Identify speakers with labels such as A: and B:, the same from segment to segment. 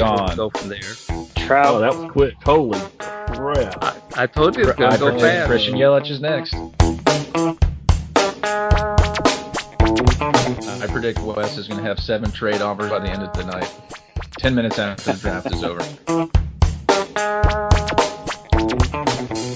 A: Oh, on.
B: go from there.
A: Trout.
C: Oh, that was quick. Holy crap.
B: I, I told you it's
A: I
B: gonna go
A: predict
B: fast.
A: Christian Yelich is next. I predict Wes is going to have seven trade offers by the end of the night. Ten minutes after the draft is over.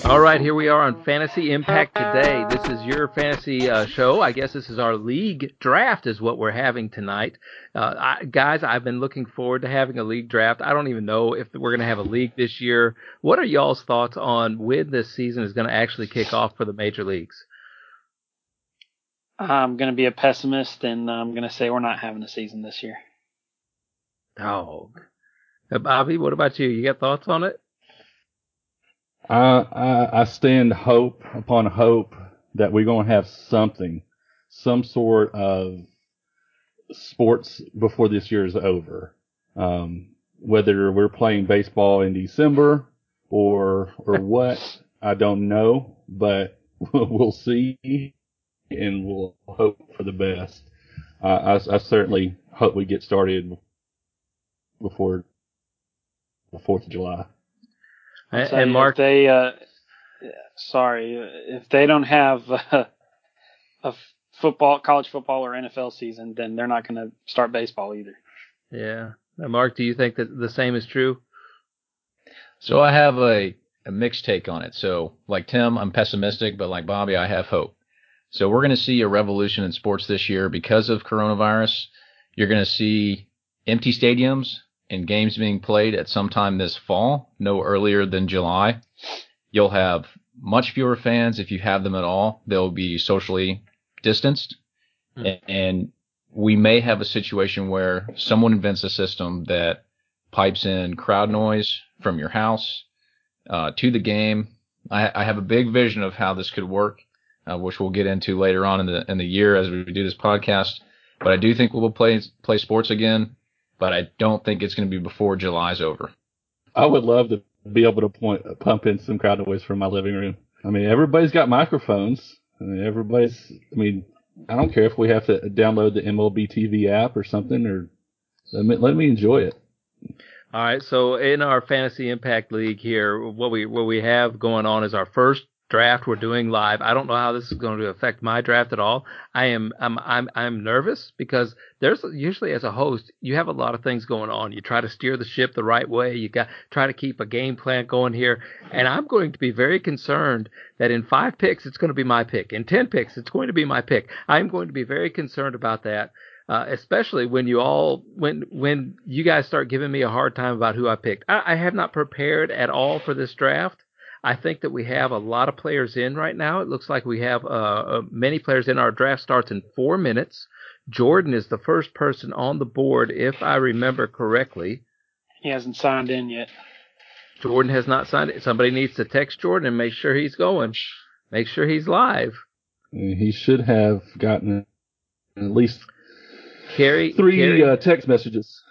B: All right, here we are on Fantasy Impact today. This is your fantasy uh, show. I guess this is our league draft, is what we're having tonight. Uh, I, guys, I've been looking forward to having a league draft. I don't even know if we're going to have a league this year. What are y'all's thoughts on when this season is going to actually kick off for the major leagues?
D: I'm going to be a pessimist, and I'm going to say we're not having a season this year.
B: Dog. Uh, Bobby, what about you? You got thoughts on it?
C: I, I I stand hope upon hope that we're gonna have something, some sort of sports before this year is over. Um, whether we're playing baseball in December or or what, I don't know, but we'll see, and we'll hope for the best. Uh, I I certainly hope we get started before the Fourth of July.
B: And,
D: So
B: and
D: if
B: Mark,
D: they uh, sorry, if they don't have uh, a f- football, college football, or NFL season, then they're not going to start baseball either.
B: yeah. Uh, Mark, do you think that the same is true?
A: So I have a, a mixed take on it. So like Tim, I'm pessimistic, but like Bobby, I have hope. So we're going to see a revolution in sports this year because of coronavirus. You're going to see empty stadiums and games being played at some time this fall, no earlier than July. You'll have much fewer fans if you have them at all. They'll be socially distanced.
B: Hmm.
A: A- And we may have a situation where someone invents a system that pipes in crowd noise from your house uh, to the game. I, I have a big vision of how this could work, uh, which we'll get into later on in the in the year as we do this podcast. But I do think we'll play play sports again, but I don't think it's going to be before July's over.
C: I would love to be able to point, pump in some crowd noise from my living room. I mean, everybody's got microphones. I mean, everybody's. I mean, I don't care if we have to download the MLB TV app or something, or let me, let me enjoy it.
B: All right, so in our fantasy impact league here, what we what we have going on is our first draft we're doing live. I don't know how this is going to affect my draft at all. I am I'm I'm I'm nervous because there's usually as a host, you have a lot of things going on. You try to steer the ship the right way. You got try to keep a game plan going here, and I'm going to be very concerned that in 5 picks it's going to be my pick. In 10 picks it's going to be my pick. I'm going to be very concerned about that uh, especially when you all when when you guys start giving me a hard time about who I picked. I, I have not prepared at all for this draft. I think that we have a lot of players in right now. It looks like we have uh, uh, many players in. Our draft starts in four minutes. Jordan is the first person on the board, if I remember correctly.
D: He hasn't signed in yet.
B: Jordan has not signed it. Somebody needs to text Jordan and make sure he's going. Make sure he's live.
C: I mean, he should have gotten at least
B: Carrie,
C: three
B: Carrie-
C: uh, text messages.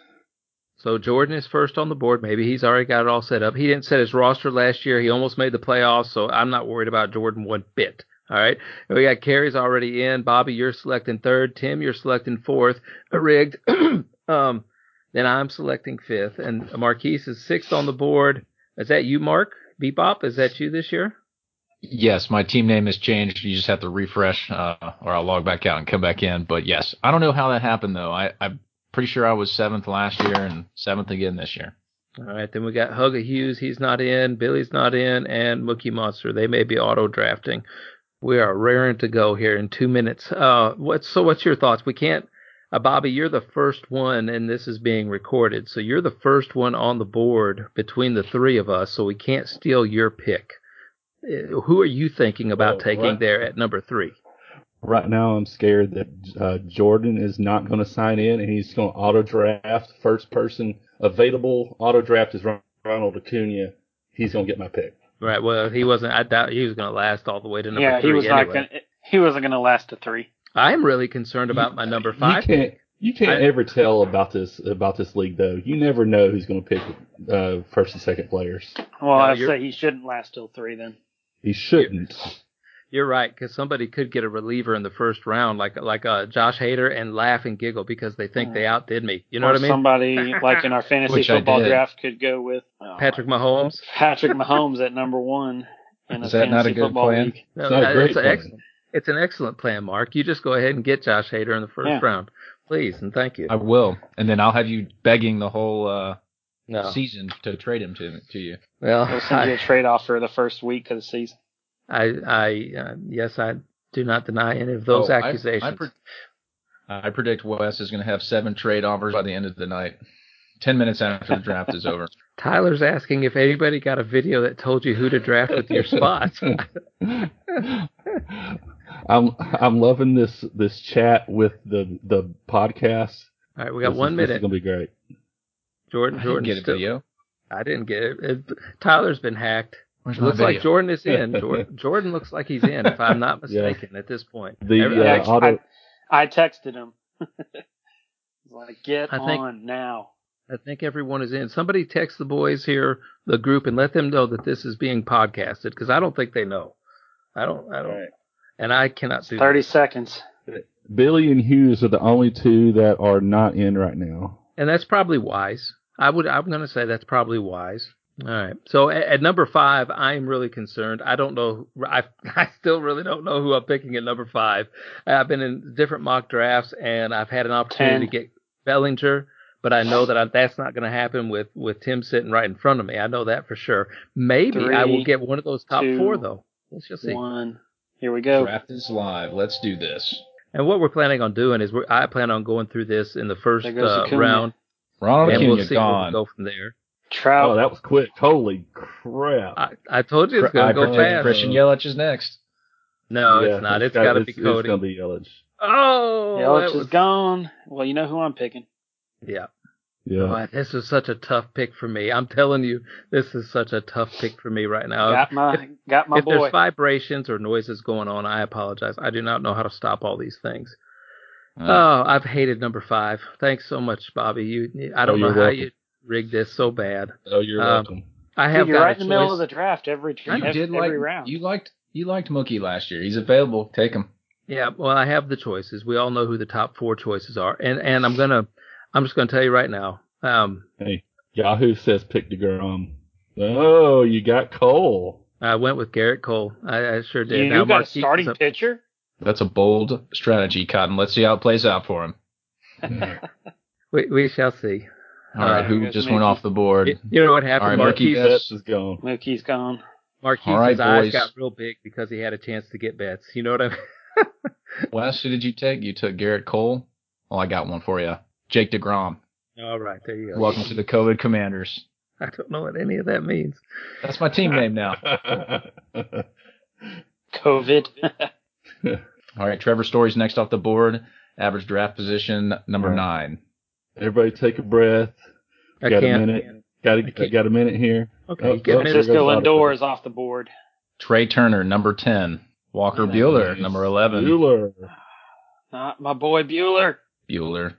B: So Jordan is first on the board. Maybe he's already got it all set up. He didn't set his roster last year. He almost made the playoffs, so I'm not worried about Jordan one bit. All right. And we got Carrie's already in. Bobby, you're selecting third. Tim, you're selecting fourth. Rigged. um, then I'm selecting fifth. And Marquise is sixth on the board. Is that you, Mark? Bebop, is that you this year?
A: Yes, my team name has changed. You just have to refresh, uh, or I'll log back out and come back in. But yes, I don't know how that happened though. I, I'm pretty sure I was seventh last year and seventh again this year.
B: All right, then we got Hugga Hughes. He's not in. Billy's not in, and Mookie Monster. They may be auto drafting. We are raring to go here in two minutes. Uh, what's so? What's your thoughts? We can't. Uh, Bobby, you're the first one, and this is being recorded, so you're the first one on the board between the three of us. So we can't steal your pick. Uh, Who are you thinking about
C: Oh,
B: taking
C: right.
B: there at number three?
C: Right now, I'm scared that uh, Jordan is not going to sign in, and he's going to auto draft first person available. Auto draft is Ron- Ronald Acuna. He's going to get my pick.
B: Right. Well, he wasn't. I doubt he was going to last all the way to number
D: yeah,
B: three.
D: he was
B: anyway.
D: not going. to He wasn't going to last to three.
B: I'm really concerned about my number five.
C: You can't you can't
B: I-
C: ever tell about this about this league though. You never know who's going to pick uh, first and second players.
D: Well,
B: No,
D: I'd
B: you're-
D: say he shouldn't last till three then.
C: He shouldn't.
B: You're right, because somebody could get a reliever in the first round, like like uh, Josh Hader, and laugh and giggle because they think they outdid me. You know
D: or
B: what I mean?
D: Somebody like in our fantasy
A: Which I
D: football
A: did.
D: draft could go with oh,
B: Patrick Mahomes.
D: Patrick Mahomes at number one in
A: Is
D: a
A: that
D: fantasy
A: not a good
D: football
A: plan?
D: league.
B: No,
C: It's not a
B: uh,
C: great
B: it's, an ex-
C: plan.
B: it's an excellent plan, Mark. You just go ahead and get Josh Hader in the first
D: Yeah.
B: round, please, and thank you.
A: I will, and then I'll have you begging the whole uh,
B: no,
A: season to trade him to to you.
B: well,
D: They'll send you a
B: I,
D: trade offer the first week of the season.
B: I, I uh, yes, I do not deny any of those
A: Oh, I- I
B: accusations.
A: pre- I predict Wes is going to have seven trade offers by the end of the night. Ten minutes after the draft is over.
B: Tyler's asking if anybody got a video that told you who to draft with your spot.
C: I'm I'm loving this this chat with the the podcast.
B: All right, we got
C: This
B: one
C: is- This is
B: minute.
C: gonna be great.
A: I
B: Jordan,
A: didn't
B: Jordan,
A: get a
B: still-
A: video.
B: I didn't get it. It- Tyler's been hacked.
A: Where's
B: It
A: my
B: looks
A: video?
B: like Jordan is in. Jordan, Jordan looks like he's in, if I'm not mistaken, at this point.
C: The
B: Every-
C: uh,
D: Next,
C: auto,
D: I, I texted him. like, get
B: I think-
D: on now.
B: I think everyone is in. Somebody text the boys here, the group, and let them know that this is being podcasted because I don't think they know. I don't. I don't. And I cannot do.
D: Thirty
B: that.
D: seconds.
C: Billy and Hughes are the only two that are not in right now.
B: And that's probably wise. I would. I'm going to say that's probably wise. All right. So at, at number five, I am really concerned. I don't know. I I still really don't know who I'm picking at number five. I've been in different mock drafts and I've had an opportunity to get Bellinger, but I know that I, that's not going to happen with with Tim sitting right in front of me. I know that for sure. Maybe I will
D: Three,
B: get one of those top
D: two,
B: four though. Let's just see.
D: One. Here we go.
A: Draft is live. Let's do this.
B: And what we're planning on doing is we're, I plan on going through this in the first
D: There goes
B: uh,
D: Acuna.
B: round,
A: Ronald
B: and
A: Acuna
B: we'll see where we
A: gone.
B: go from there.
D: Trout.
C: Oh, that was quick! Holy crap!
B: I, I told you it's
A: I
B: going to go
A: predict
B: fast.
A: Christian Yelich is next.
B: No,
C: Yeah,
B: it's not. it's got to be
C: it's- It's
B: Cody.
C: gonna be Yelich.
B: oh,
D: Yelich
B: that
D: is
B: was-
D: gone. Well, you know who I'm picking.
B: yeah.
C: Yeah.
B: Boy, this is such a tough pick for me. I'm telling you, this is such a tough pick for me right now.
D: got my got my
B: Uh, if
D: boy.
B: there's vibrations or noises going on, I apologize. I do not know how to stop all these things.
A: Uh,
B: Oh, I've hated number five. Thanks so much, Bobby. You, I
C: Oh,
B: don't know
C: you're
B: how
C: welcome.
B: you rigged this so bad.
C: oh, you're
B: um,
C: welcome.
B: I
D: Dude,
B: have
D: you're
B: got
D: right
B: a
D: in the middle
B: choice.
D: of the draft every
A: you
D: every,
A: did like
D: every round.
A: you liked you liked Mookie last year. He's available. Take him.
B: Yeah, well, I have the choices. We all know who the top four choices are, and and I'm gonna, I'm just gonna tell you right now. Um,
C: Hey, Yahoo says pick Degrom. Oh, you got Cole.
B: I went with Garrett Cole. I, I sure did.
D: you
B: Now,
D: you got a
B: Marquise is
D: starting
B: up-
D: pitcher.
A: That's a bold strategy, Cotton. Let's see how it plays out for him.
B: We, we shall see.
A: All right,
B: Uh,
A: who
D: yes,
A: just
D: Mookie.
A: went off the board?
B: You you know what happened?
A: All right, Mookie
B: Marquise,
A: Betts.
C: Betts is gone.
D: Mookie's gone.
B: Marquise's
A: All right,
B: eyes
A: boys.
B: got real big because he had a chance to get bets. You know what I mean?
A: Wes, who did you take? You took Garrett Cole. Oh, I got one for you. Jake DeGrom.
B: All right, there you go.
A: Welcome to the COVID Commanders.
B: I don't know what any of that means.
A: That's my team name now.
D: COVID.
A: All right, Trevor Story's next off the board. Average draft position number
C: All right.
A: nine.
C: Everybody take a breath.
B: I
C: got a
B: can't.
C: minute. Got
B: I
C: a,
B: can't.
C: got a minute here.
B: Okay,
C: Oh,
B: you get a
C: oh,
B: minute.
C: there goes
D: Francisco
C: Bobby.
D: Lindor is off the board.
A: Trey Turner, number ten. Walker Bueller, number eleven.
C: Bueller.
D: Not Ah, my boy Bueller.
A: Bueller.
B: All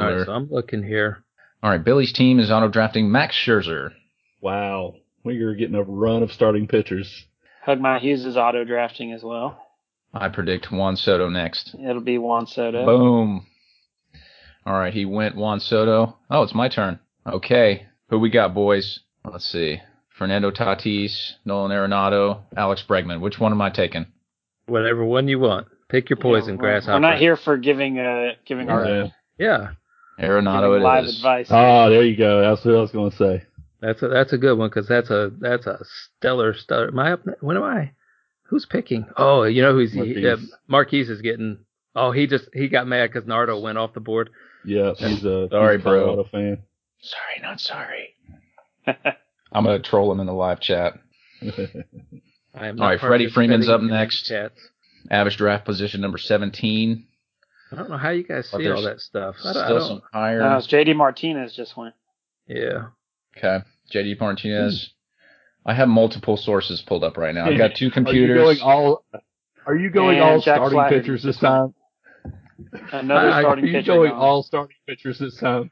B: right,
A: Bueller.
B: so I'm looking here.
A: All right, Billy's team is auto drafting Max Scherzer.
C: Wow. We are getting a run of starting pitchers.
D: Hug my Hughes is auto drafting as well.
A: I predict Juan Soto next.
D: It'll be Juan Soto.
A: Boom. All right, he went Juan Soto. Oh, it's my turn. Okay, who we got, boys? Let's see. Fernando Tatis, Nolan Arenado, Alex Bregman. Which one am I taking?
B: Whatever one you want. Pick your poison,
D: Yeah, we're-
B: grasshopper.
D: We're not here for giving uh giving our
A: Yeah.
B: Yeah,
A: Arenado,
D: giving
A: it
D: live
A: is.
D: advice.
C: Ah, there you go. That's what I was going to say.
B: that's a that's a good one because that's a that's a stellar stellar. Am I up? ne- When am I? Who's picking? Oh, you know who's Marquise,
C: Marquise.
B: Marquise is getting. Oh, he just he got mad because Nardo went off the board.
C: Yeah, he's a,
A: Sorry,
C: he's a
A: bro.
C: Colorado fan.
A: Sorry, not sorry. I'm gonna troll him in the live chat.
B: I am
A: All
B: not
A: right,
B: participating
A: Freddie Freeman's up
B: in these
A: next.
B: chats.
A: Average draft position number 17.
B: I don't know how you guys
A: But
B: see all
A: there's
B: that stuff. I don't, I
A: Still
B: don't-
A: some higher.
D: No, Uh, it's JD Martinez just went.
B: yeah.
A: Okay. JD Martinez. I have multiple sources pulled up right now. I've got two
C: Are you
A: computers.
C: going all? Are you going
D: And
C: all
D: Jack
C: starting
D: Flaherty.
C: pitchers this time?
D: Another
B: I-
D: starting
C: are you
D: pitcher.
C: going
D: gone.
C: all starting pitchers this time?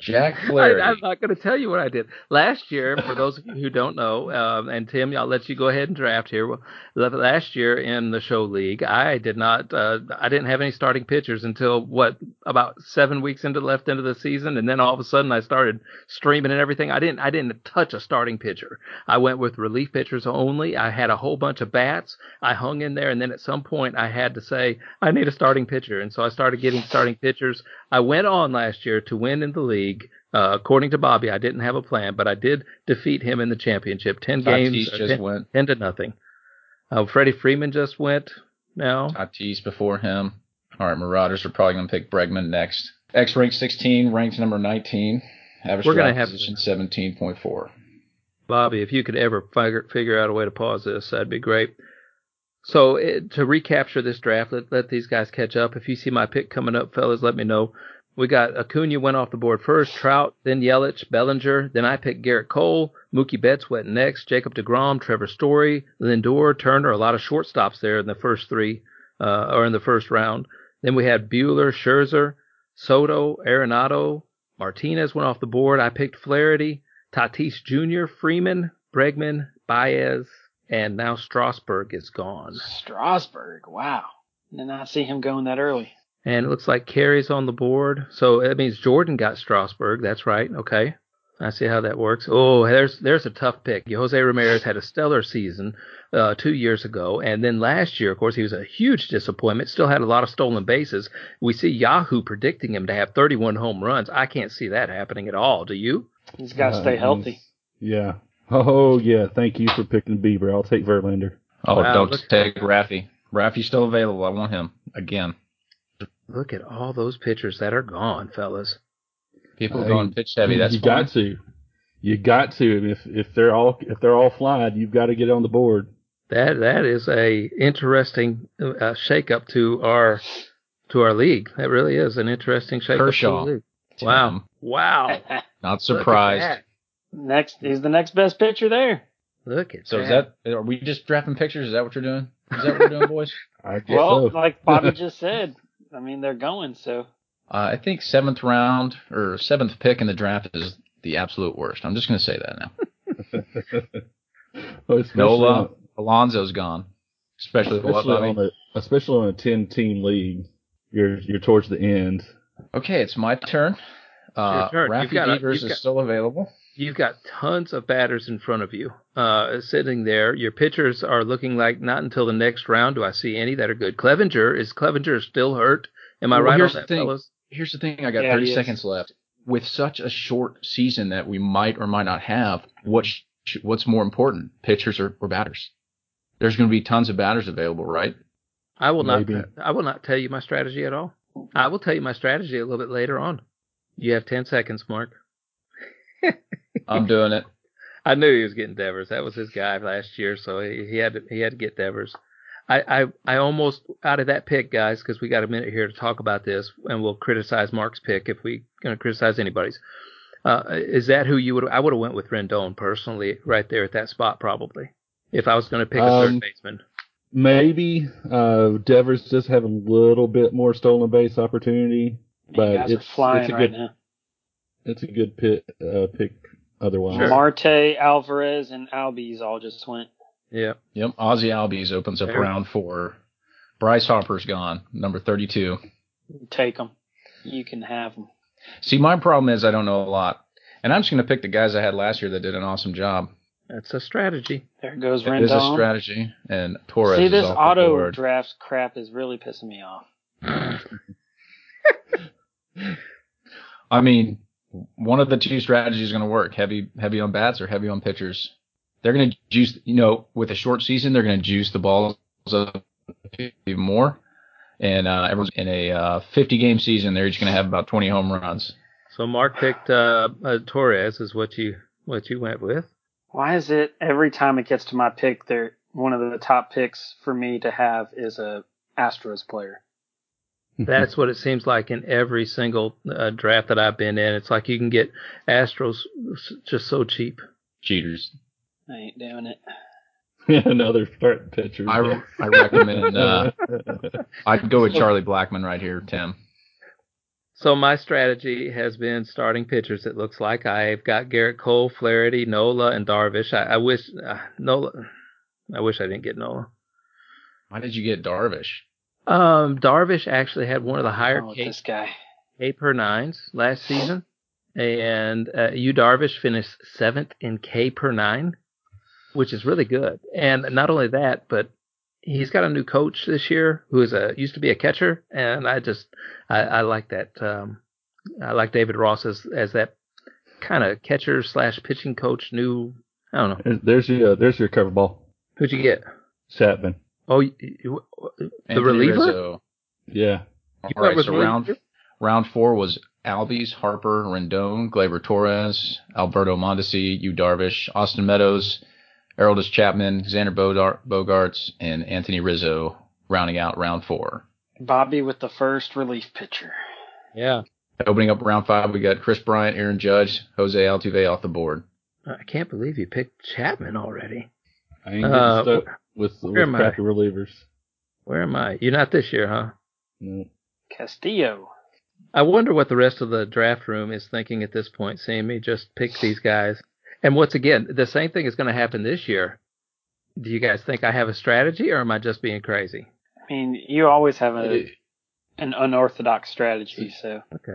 A: Jack Flaherty.
B: I, am not going to tell you what I did last year. For those of you who don't know, um, and Tim, I'll let you go ahead and draft here. Well, last year in the show league, I did not. Uh, I didn't have any starting pitchers until what about seven weeks into the left end of the season, and then all of a sudden I started streaming and everything. I didn't. I didn't touch a starting pitcher. I went with relief pitchers only. I had a whole bunch of bats. I hung in there, and then at some point I had to say I need a starting pitcher, and so I started getting starting pitchers. I went on last year to win in the league. Uh, according to Bobby, I didn't have a plan, but I did defeat him in the championship. Ten
A: Tatis
B: games,
A: just
B: uh, ten,
A: went.
B: 10 to nothing. Uh, Freddie Freeman just went. Now
A: Tatis before him. All right, Marauders are probably going to pick Bregman next. X ranked 16, ranked number 19. Average
B: We're gonna
A: draft
B: have-
A: position 17.4.
B: Bobby, if you could ever figure, figure out a way to pause this, that'd be great. So it, to recapture this draft, let, let these guys catch up. If you see my pick coming up, fellas, let me know. We got Acuna went off the board first, Trout, then Yelich, Bellinger, then I picked Garrett Cole, Mookie Betts went next, Jacob DeGrom, Trevor Story, Lindor, Turner, a lot of shortstops there in the first three, uh, or in the first round. Then we had Bueller, Scherzer, Soto, Arenado, Martinez went off the board. I picked Flaherty, Tatis Jr., Freeman, Bregman, Baez, and now Strasburg is gone.
D: Strasburg. Wow. Did not see him going that early.
B: And it looks like Carey's on the board. So that means Jordan got Strasburg. That's right. Okay. I see how that works. Oh, there's there's a tough pick. Jose Ramirez had a stellar season uh, two years ago, and then last year, of course, he was a huge disappointment. Still had a lot of stolen bases. We see Yahoo predicting him to have 31 home runs. I can't see that happening at all. Do you?
D: He's got to stay
C: Uh,
D: healthy.
C: Yeah. Oh yeah. Thank you for picking Bieber. I'll take Verlander.
A: Oh,
B: Wow,
A: don't
B: look-
A: take Raffy. Raffy's still available. I want him again.
B: Look at all those pitchers that are gone, fellas.
A: People
C: Hey,
A: going pitch heavy. That's
C: you got
A: fine.
C: to. You got to. And if if they're all if they're all flying, you've got to get on the board.
B: That that is a interesting uh, shakeup to our to our league. That really is an interesting shakeup.
A: Kershaw.
B: To the league. Wow!
A: Tim,
B: Wow!
A: Not
B: Look at
A: surprised.
B: that.
D: next, he's the next best pitcher there.
B: Look at
A: So is
B: that.
A: that are we just drafting pictures? Is that what you're doing? Is that what we're doing, boys?
C: I guess
D: Well,
C: so.
D: like Bobby just said, I mean they're going. So
A: Uh, I think seventh round or seventh pick in the draft is the absolute worst. I'm just going to say that now.
C: Well, especially
A: Nola.
C: on-
A: Alonzo's gone. Especially, what,
C: especially
A: Bobby?
C: on a especially on a ten team league, you're you're towards the end.
A: Okay, it's my turn. Uh,
B: turn.
A: Rafi
B: You've got a-
A: Devers
B: you've
A: is
B: got-
A: still available.
B: You've got tons of batters in front of you, uh, sitting there. Your pitchers are looking like not until the next round do I see any that are good. Clevenger is Clevenger still hurt? Am I
A: Well,
B: right on
A: here's the
B: that,
A: thing.
B: fellas?
A: Here's the thing: I got
D: Yeah,
A: 30
D: he is.
A: seconds left. With such a short season that we might or might not have, what sh- what's more important, pitchers or, or batters? There's going to be tons of batters available, right?
B: I will
C: Maybe.
B: not. I will not tell you my strategy at all. I will tell you my strategy a little bit later on. You have ten seconds, Mark.
A: I'm doing it.
B: I knew he was getting Devers. That was his guy last year, so he, he had to, he had to get Devers. I, I I almost out of that pick, guys, because we got a minute here to talk about this, and we'll criticize Mark's pick if we going to criticize anybody's. Uh, is that who you would? I would have went with Rendon personally, right there at that spot, probably. If I was going to pick a third
C: Um,
B: baseman,
C: Maybe uh, Devers just have a little bit more stolen base opportunity,
D: you
C: but
D: guys are
C: it's,
D: flying
C: it's a
D: right
C: good
D: now.
C: it's a good pit, uh, pick. Otherwise,
B: Sure.
D: Marte, Alvarez, and Albies all just went.
B: yeah.
A: Yep. Ozzy Albies opens up
B: There.
A: round four. Bryce Harper's gone, number 32.
D: Take them. You can have them.
A: See, my problem is I don't know a lot, and I'm just going to pick the guys I had last year that did an awesome job.
B: That's a strategy.
D: There goes
A: It is a
D: Rendon.
A: strategy, and Torres.
D: See,
A: is
D: this
A: off the
D: auto
A: board.
D: draft crap is really pissing me off.
A: I mean, one of the two strategies is going to work: heavy, heavy on bats or heavy on pitchers. They're going to juice, you know, with a short season, they're going to juice the balls up even more. And uh, everyone's in a uh, 50 game season, they're each going to have about 20 home runs.
B: So Mark picked uh, uh, Torres is what you what you went with.
D: Why is it every time it gets to my pick, there one of the top picks for me to have is a Astros player?
B: That's what it seems like in every single uh, draft that I've been in. It's like you can get Astros s- just so cheap.
A: Cheaters.
D: I ain't doing it.
C: another start pitcher.
A: I, I uh, recommend uh, I'd go with Charlie Blackman right here, Tim.
B: So my strategy has been starting pitchers. It looks like I've got Garrett Cole, Flaherty, Nola, and Darvish. I, I wish uh, Nola. I wish I didn't get Nola.
A: Why did you get Darvish?
B: Um, Darvish actually had one of the higher
D: Oh,
B: K,
D: this guy.
B: K per nines last season, and uh, you Darvish finished seventh in K per nine, which is really good. And not only that, but he's got a new coach this year who is a used to be a catcher, and I just I, I like that. Um, I like David Ross as as that kind of catcher slash pitching coach. New, I don't know
C: There's your uh, there's your cover ball,
B: who'd you get?
C: Chapman.
B: Oh, you, you,
A: Anthony
B: reliever?
A: Rizzo.
C: Yeah,
A: All
B: went
A: right,
B: with
A: so
B: reliever?
A: round round four was Albies, Harper, Rendon, Glaber Torres, Alberto Mondesi, Yu Darvish, Austin Meadows, Aroldis Chapman, Xander Bodar- Bogarts, and Anthony Rizzo rounding out round four.
D: Bobby with the first relief pitcher.
B: yeah.
A: Opening up round five, we got Chris Bryant, Aaron Judge, Jose Altuve off the board.
B: I can't believe you picked Chapman already.
C: I ain't getting
B: Uh,
C: stuck with, with
B: where am I?
C: crappy relievers.
B: Where am I? You're not this year, huh?
C: No.
D: Castillo.
B: I wonder what the rest of the draft room is thinking at this point, seeing me just pick these guys. And once again, the same thing is going to happen this year. Do you guys think I have a strategy or am I just being crazy?
D: I mean, you always have a,
A: It-
D: an unorthodox strategy. So
B: Okay.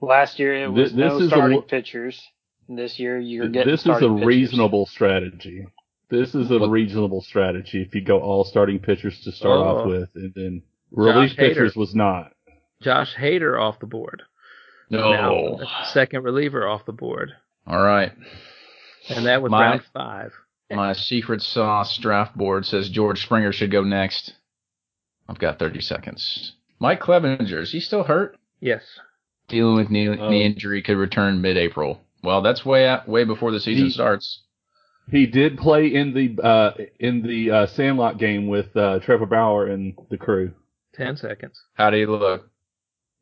D: last year it was
C: Thi- this
D: no
C: is a
D: starting
C: wo-
D: pitchers. This year you're getting
C: This is a
D: starting pitchers.
C: reasonable strategy. This is a
A: What-
C: reasonable strategy if you go all starting pitchers to start off
B: Oh.
C: with, and then relief
B: Hader.
C: pitchers was not.
B: Josh Hader off the board.
A: No.
B: Now, second reliever off the board.
A: All right.
B: And that was
A: My-
B: round five.
A: My secret sauce draft board says George Springer should go next. I've got 30 seconds. Mike Clevenger, is he still hurt?
B: Yes.
A: Dealing with knee,
C: Um,
A: knee injury could return mid-April. Well, that's way out, way before the season
C: He-
A: starts.
C: He did play in the uh, in the uh, Sandlot game with uh, Trevor Bauer and the crew.
B: 10 seconds.
A: How do you look?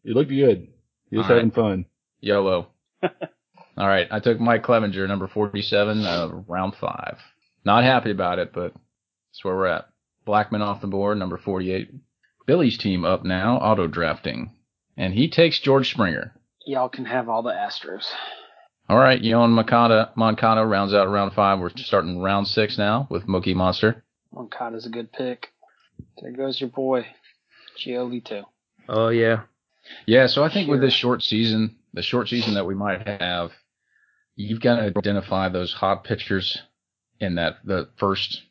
C: He looked good. He was
A: All right.
C: having fun.
A: YOLO. All right, I took Mike Clevenger, number 47, uh, round five. Not happy about it, but that's where we're at. Blackman off the board, number 48. Billy's team up now, auto drafting, and he takes George Springer.
D: Y'all can have all the Astros.
A: All right, Yon Makata Moncada rounds out round five. We're starting round six now with Mookie Monster.
D: Moncada's a good pick. There goes your boy, Giolito.
B: Oh, yeah.
A: Yeah, so I think with
D: Sure.
A: this short season, the short season that we might have, you've got to identify those hot pitchers in that the first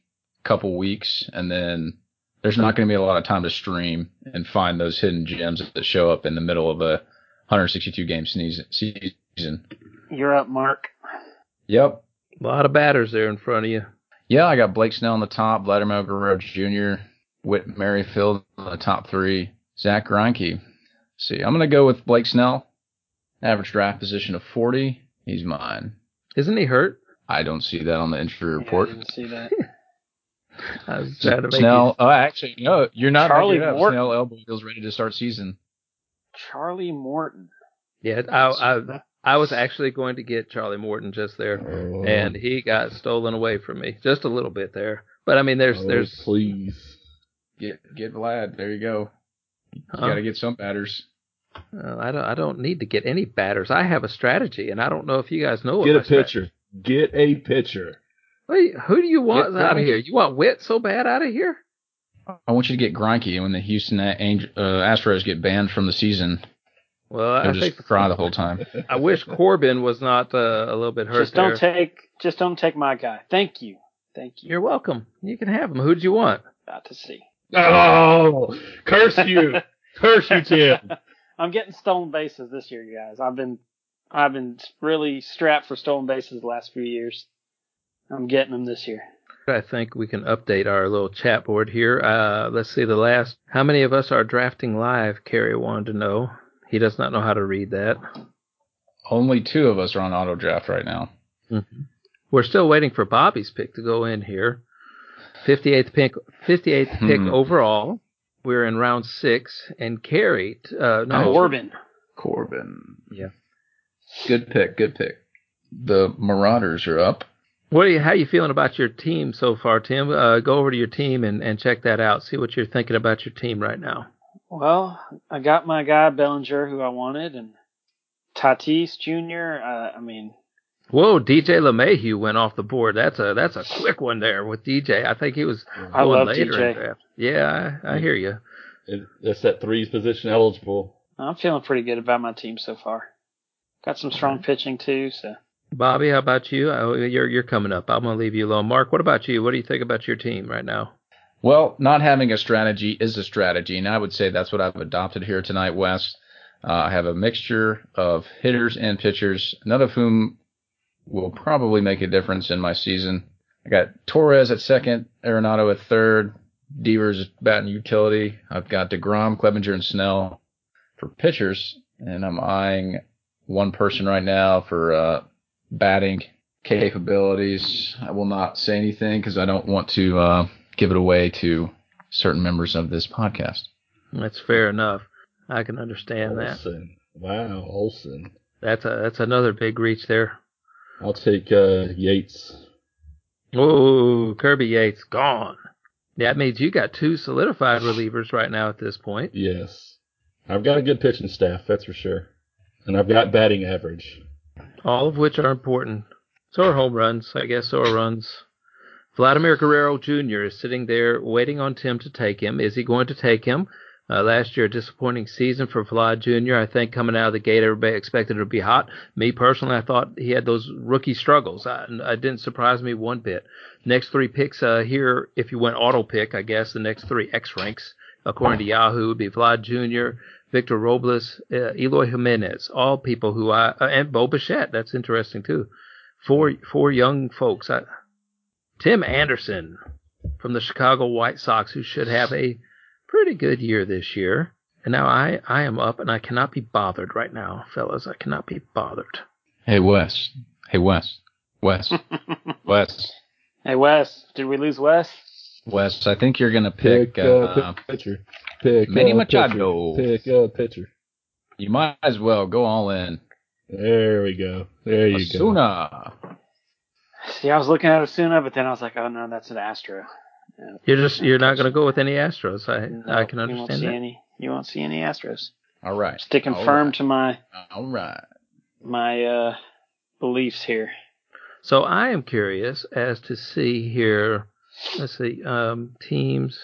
A: couple weeks, and then there's not going to be a lot of time to stream and find those hidden gems that show up in the middle of a 162 game sneeze- season.
D: You're up, Mark.
A: Yep,
B: A lot of batters there in front of you.
A: Yeah, I got Blake Snell on the top, Vladimir Guerrero Jr., Whit Merrifield on the top three, Zach Greinke. See, I'm gonna go with Blake Snell, average draft position of 40. He's mine.
B: Isn't he hurt?
A: I don't see that on the injury
D: Yeah, I
A: report.
D: didn't see that.
B: I was trying to make
A: Snell, oh, actually, no, you're not.
D: Charlie
A: making it up.
D: Morton.
A: Snell elbow feels ready to start season.
D: Charlie Morton.
B: you- Yeah, I, I, I was actually going to get Charlie Morton just there. and he got stolen away from me just a little bit there. But I mean, there's
C: Oh,
B: there's
C: please.
A: Get get Vlad. There you go. You
B: Huh?
A: gotta get some batters.
B: uh, I don't I don't need to get any batters. I have a strategy, and I don't know if you guys know. what
C: Get a
B: my strat-
C: pitcher. Get a pitcher.
B: Wait, who do you want
A: Get
B: out of
A: Greinke.
B: here? You want Wit so bad out of here?
A: I want you to get Greinke when the Houston A- Angel, uh, Astros get banned from the season.
B: Well,
A: They'll
B: I
A: just
B: think
A: cry the whole time.
B: I wish Corbin was not uh, a little bit hurt
D: Just don't
B: there.
D: take. Just don't take my guy. Thank you. Thank you.
B: You're welcome. You can have him. Who did you want?
D: About to see.
C: Oh, curse you, curse you, Tim.
D: I'm getting stolen bases this year, guys. I've been, I've been really strapped for stolen bases the last few years. I'm getting them this year.
B: I think we can update our little chat board here. Uh, let's see the last. How many of us are drafting live? Kerry wanted to know. He does not know how to read that.
A: Only two of us are on auto draft right now.
B: Mm-hmm. We're still waiting for Bobby's pick to go in here. 58th pick, 58th pick
A: Hmm.
B: overall. We're in round six, and Carrie, uh, no,
D: Corbin.
A: Corbin.
B: Yeah.
A: Good pick. Good pick. The Marauders are up.
B: What are you, how you feeling about your team so far, Tim? Uh, go over to your team and, and check that out. See what you're thinking about your team right now.
D: Well, I got my guy Bellinger who I wanted, and Tatis Jr. Uh, I mean,
B: Whoa, DJ LeMahieu went off the board. That's a that's a quick one there with DJ. I think he was
D: I
B: going
D: love
B: later
D: DJ.
B: in draft. Yeah, I, I hear you.
C: It, that's that threes position eligible.
D: I'm feeling pretty good about my team so far. Got some strong pitching too, so
B: Bobby, how about you? Oh, you're you're coming up. I'm gonna leave you alone. Mark, what about you? What do you think about your team right now?
A: Well, not having a strategy is a strategy, and I would say that's what I've adopted here tonight, Wes. Uh, I have a mixture of hitters and pitchers, none of whom will probably make a difference in my season. I got Torres at second, Arenado at third, Devers batting utility. I've got DeGrom, Clevenger, and Snell for pitchers, and I'm eyeing one person right now for uh, batting capabilities. I will not say anything because I don't want to. Uh, give it away to certain members of this podcast.
B: That's fair enough. I can understand that.
C: Olsen. Wow, Olsen.
B: That's a that's another big reach there.
C: I'll take uh, Yates.
B: Oh, Kirby Yates gone. That means you got two solidified relievers right now at this point.
C: Yes. I've got a good pitching staff, that's for sure. And I've got batting average.
B: all of which are important. So are home runs, I guess. So are runs. Vladimir Guerrero Jr. is sitting there waiting on Tim to take him. Is he going to take him? Uh, last year, a disappointing season for Vlad Jr. I think coming out of the gate, everybody expected it to be hot. Me personally, I thought he had those rookie struggles. I, I didn't surprise me one bit. Next three picks uh, here, if you went auto pick, I guess the next three X ranks, according to Yahoo, would be Vlad Jr., Victor Robles, uh, Eloy Jimenez, all people who I uh, and Bo Bichette. That's interesting too. Four four young folks. I, Tim Anderson from the Chicago White Sox, who should have a pretty good year this year. And now I I am up and I cannot be bothered right now, fellas. I cannot be bothered.
A: Hey Wes. Hey Wes. Wes. Wes.
D: hey Wes, did we lose Wes?
A: Wes, I think you're gonna pick.
C: uh,
A: Uh,
C: pick pitcher. Pick
A: Manny
C: uh,
A: Machado.
C: Pitcher. Pick uh, pitcher.
A: you might as well go all in.
C: There we go. There you go.
A: Asuna.
D: See, I was looking at Asuna, but then I was like, oh no, that's an Astro.
B: You're just you're not going to go with any Astros. I
D: No,
B: I can
D: you won't
B: understand
D: see
B: that. Oh,
D: any. You won't see any Astros.
A: All right.
D: Sticking
A: All
D: firm
A: right.
D: to my
A: All right.
D: my uh, beliefs here.
B: So I am curious as to see here. Let's see, um, teams.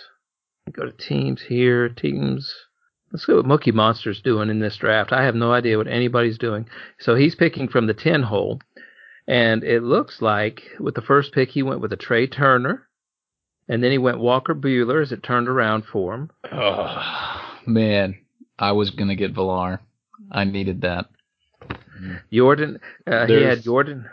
B: Go to teams here. Teams. Let's see what Mookie Monster's doing in this draft. I have no idea what anybody's doing. So he's picking from the ten hole, and it looks like with the first pick he went with a Trey Turner, and then he went Walker Bueller as it turned around for him.
A: Oh, man, I was gonna get Villar. I needed that.
B: Jordan. Uh, he
C: There's-
B: had Jordan.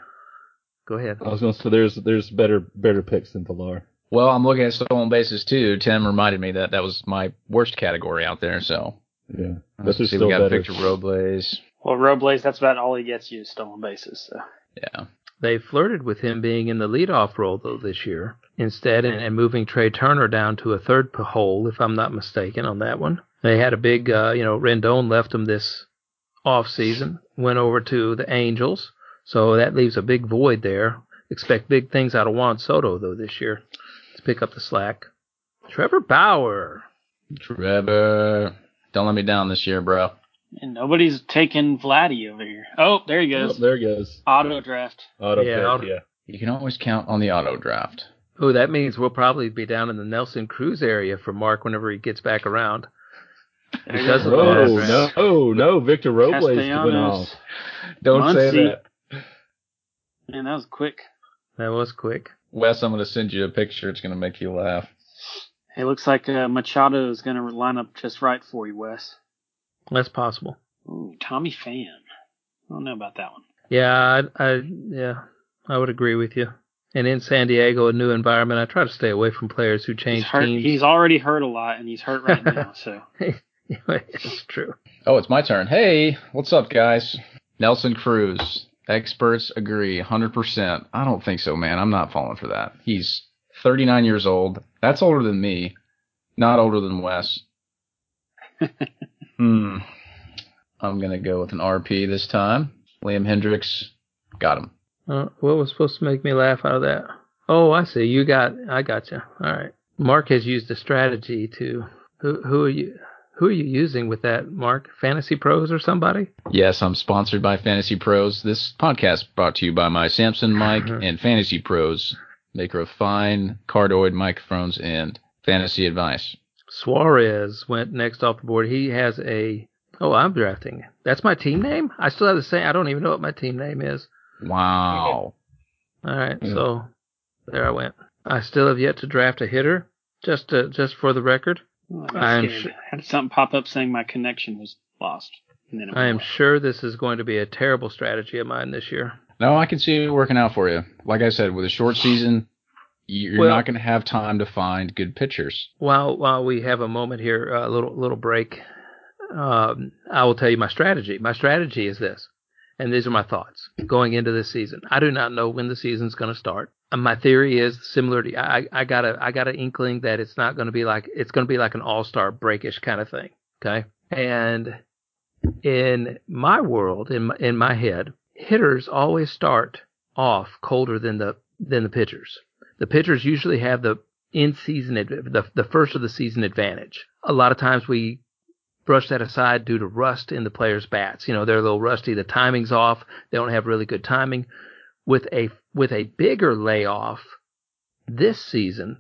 B: Go ahead.
C: I was going to say there's there's better better picks than Villar.
A: Well, I'm looking at stolen bases too. Tim reminded me that that was my worst category out there. So
C: Yeah.
A: let's
C: This is
A: see.
C: still
A: We got
C: better.
A: Victor Robles.
D: Well, Robles, that's about all he gets you is stolen bases. So.
A: Yeah.
B: They flirted with him being in the leadoff role though this year instead, and, and moving Trey Turner down to a third p- hole, if I'm not mistaken, on that one. They had a big, uh, you know, Rendon left him this off season, went over to the Angels, so that leaves a big void there. Expect big things out of Juan Soto though this year to pick up the slack. Trevor Bauer,
A: Trevor, don't let me down this year, bro.
D: And nobody's taking Vladdy over here. Oh, there he
C: Oh,
D: goes.
C: there it goes.
D: Auto draft.
C: Auto
B: Yeah,
C: pick,
B: auto-
C: yeah.
A: You can always count on the auto draft.
B: Oh, that means we'll probably be down in the Nelson Cruz area for Mark whenever he gets back around.
D: There
B: It
D: you
B: doesn't
D: go.
B: matter.
C: Oh, no, oh, no. Victor Robles went
D: Castellanos.
C: off.
A: Don't say
D: Muncy.
A: that.
D: Man, that was quick.
B: That was quick.
A: Wes, I'm going to send you a picture. It's going to make you laugh.
D: It looks like uh, Machado is going to line up just right for you, Wes.
B: That's possible.
D: Ooh, Tommy Pham. I don't know about that one.
B: Yeah, I, I yeah, I would agree with you. And in San Diego, a new environment, I try to stay away from players who
D: He's
B: change
D: hurt.
B: teams.
D: He's already hurt a lot, and he's hurt right now. So
B: it's true.
A: Oh, it's my turn. Hey, what's up, guys? Nelson Cruz. Experts agree 100%. I don't think so, man. I'm not falling for that. He's 39 years old. That's older than me, not older than Wes. hmm. I'm going to go with an RP this time. Liam Hendricks. Got him.
B: Uh, what was supposed to make me laugh out of that? Oh, I see. You got. I got you. All right. Mark has used a strategy to. Who who are you? Who are you using with that, Mark? Fantasy Pros or somebody?
A: Yes, I'm sponsored by Fantasy Pros. This podcast brought to you by my Samson mic
B: Mm-hmm.
A: and Fantasy Pros, maker of fine cardioid microphones and fantasy advice.
B: Suarez went next off the board. He has a oh, I'm drafting. That's my team name. I still have the same. I don't even know what my team name is.
A: Wow.
B: All right, so there I went. I still have yet to draft a hitter. Just to, just for the record,
D: Oh,
B: I am
D: I'm
B: sure-
D: How did something pop up saying my connection was lost? And then it
B: I am
D: went
B: sure this is going to be a terrible strategy of mine this year.
A: No, I can see it working out for you. Like I said, with a short season, you're
B: Well-
A: not going to have time to find good pitchers.
B: While while we have a moment here, uh, a little little break, um, I will tell you my strategy. My strategy is this, and these are my thoughts going into this season. I do not know when the season's going to start. And my theory is similar to I I- I got a I got an inkling that it's not going to be like it's going to be like an all star breakish kind of thing. Okay, and in my world, in my, in my head, hitters always start off colder than the than the pitchers. The pitchers usually have the in season adv- the the first of the season advantage. A lot of times we brush that aside due to rust in the players' bats. You know, they're a little rusty, the timing's off, they don't have really good timing. With a with a bigger layoff this season,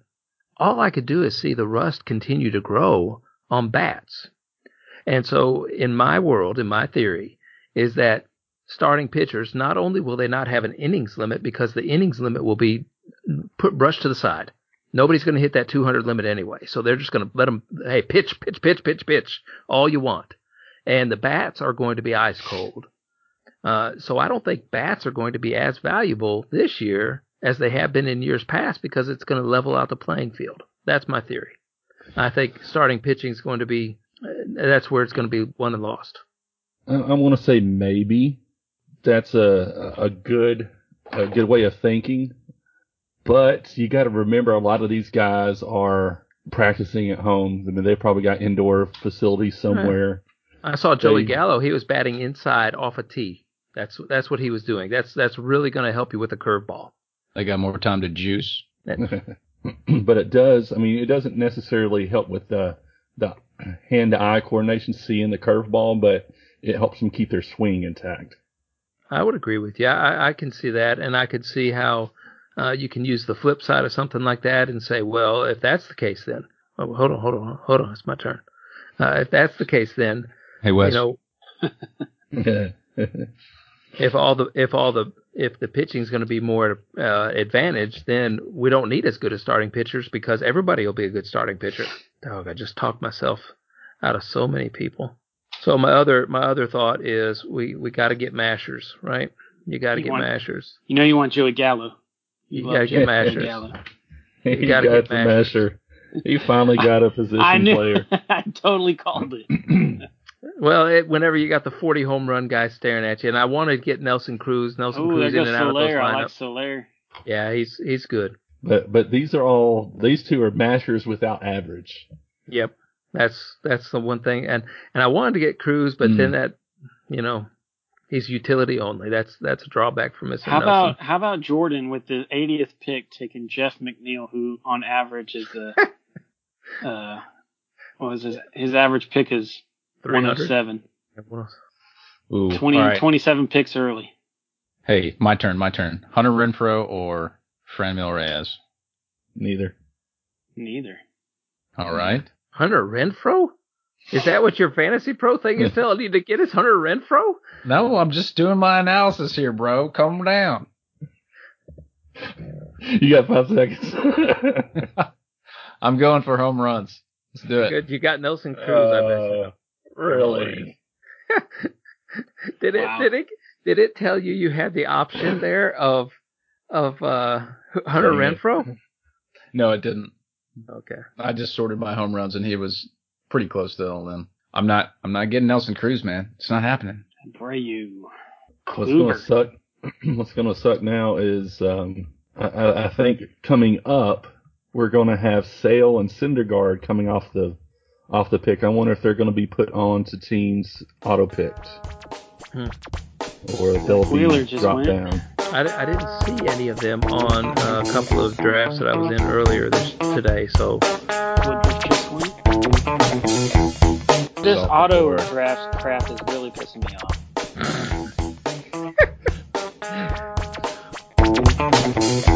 B: all I could do is see the rust continue to grow on bats. And so in my world, in my theory, is that starting pitchers not only will they not have an innings limit because the innings limit will be put brushed to the side nobody's going to hit that 200 limit anyway. So they're just going to let them, hey, pitch, pitch, pitch, pitch, pitch, all you want. And the bats are going to be ice cold. Uh, so I don't think bats are going to be as valuable this year as they have been in years past because it's going to level out the playing field. That's my theory. I think starting pitching is going to be, uh, that's where it's going to be won and lost.
C: I, I want to say maybe that's a a good a good way of thinking, but you got to remember a lot of these guys are practicing at home. I mean, they probably got indoor facilities somewhere.
B: I saw Joey
C: They-
B: Gallo. He was batting inside off a tee. That's that's what he was doing. That's that's really going to help you with a curveball.
A: They got more time to juice.
C: but it does. I mean, it doesn't necessarily help with the the hand to eye coordination, seeing the curveball, but it helps them keep their swing intact.
B: I would agree with you. I, I can see that, and I could see how uh, you can use the flip side of something like that and say, well, if that's the case, then oh, hold on, hold on, hold on, it's my turn. Uh, if that's the case, then
A: Hey, Wes.
B: you know if all the if all the if the pitching's going to be more uh, advantage, then we don't need as good as starting pitchers because everybody will be a good starting pitcher. Dog, I just talked myself out of so many people. So my other my other thought is we we got to get mashers right. You got to
D: You
B: get
D: want-
B: mashers.
D: You know you want Joey Gallo.
B: You
D: love
B: gotta get
D: Joey
B: mashers.
D: Gallo.
C: he
B: You
C: got
B: gotta
C: the
B: get mashers.
C: masher. He finally got a position
D: I knew.
C: player.
D: I totally called it.
B: Well, it, whenever you got the 40 home run guy staring at you, and I wanted to get Nelson Cruz. Nelson
D: Oh, there
B: Cruz in
D: goes
B: and out of those
D: Solaire. I
B: lineup.
D: like Solaire.
B: yeah, he's he's good.
C: But but these are all these two are mashers without average.
B: Yep, that's that's the one thing. And and I wanted to get Cruz, but
C: Mm.
B: then that, you know, he's utility only. That's that's a drawback for Mr.
D: How
B: Nelson.
D: about how about Jordan with the 80th pick taking Jeff McNeil, who on average is a uh, what was his his average pick is
B: 300?
D: 107,
B: What else?
A: Ooh,
D: 20,
A: all right.
D: 27 picks early.
A: Hey, my turn, my turn. Hunter Renfro or Fran Mil Reyes?
C: Neither.
D: Neither.
A: All right.
B: Hunter Renfro? Is that what your fantasy pro thing is telling you to get? Is Hunter Renfro?
A: No, I'm just doing my analysis here, bro. Calm down.
C: You got five seconds.
A: I'm going for home runs. Let's do it.
B: Good, you got Nelson Cruz. I bet.
C: Uh, really?
B: Did it
D: Wow.
B: did it did it tell you you had the option there of of uh Hunter
C: Dang it.
B: Renfro?
A: No, it didn't.
B: Okay.
A: I just sorted my home runs, and he was pretty close to all of them. I'm not. I'm not getting Nelson Cruz, man. It's not happening.
D: Abreu.
C: What's
D: Kluber.
C: going to suck? What's going to suck now is um, I- I, I think coming up we're going to have Sale and Cindergaard coming off the off the pick. I wonder if they're going to be put on to teams auto picked,
B: Hmm.
C: or they'll
D: Wheeler
C: be
D: just
C: dropped
D: went.
C: down.
B: I, di- I didn't see any of them on uh, a couple of drafts that I was in earlier this today, so
D: Woodruff just went.
C: was
D: This
C: off the
D: auto
C: board.
D: draft craft is really pissing me off.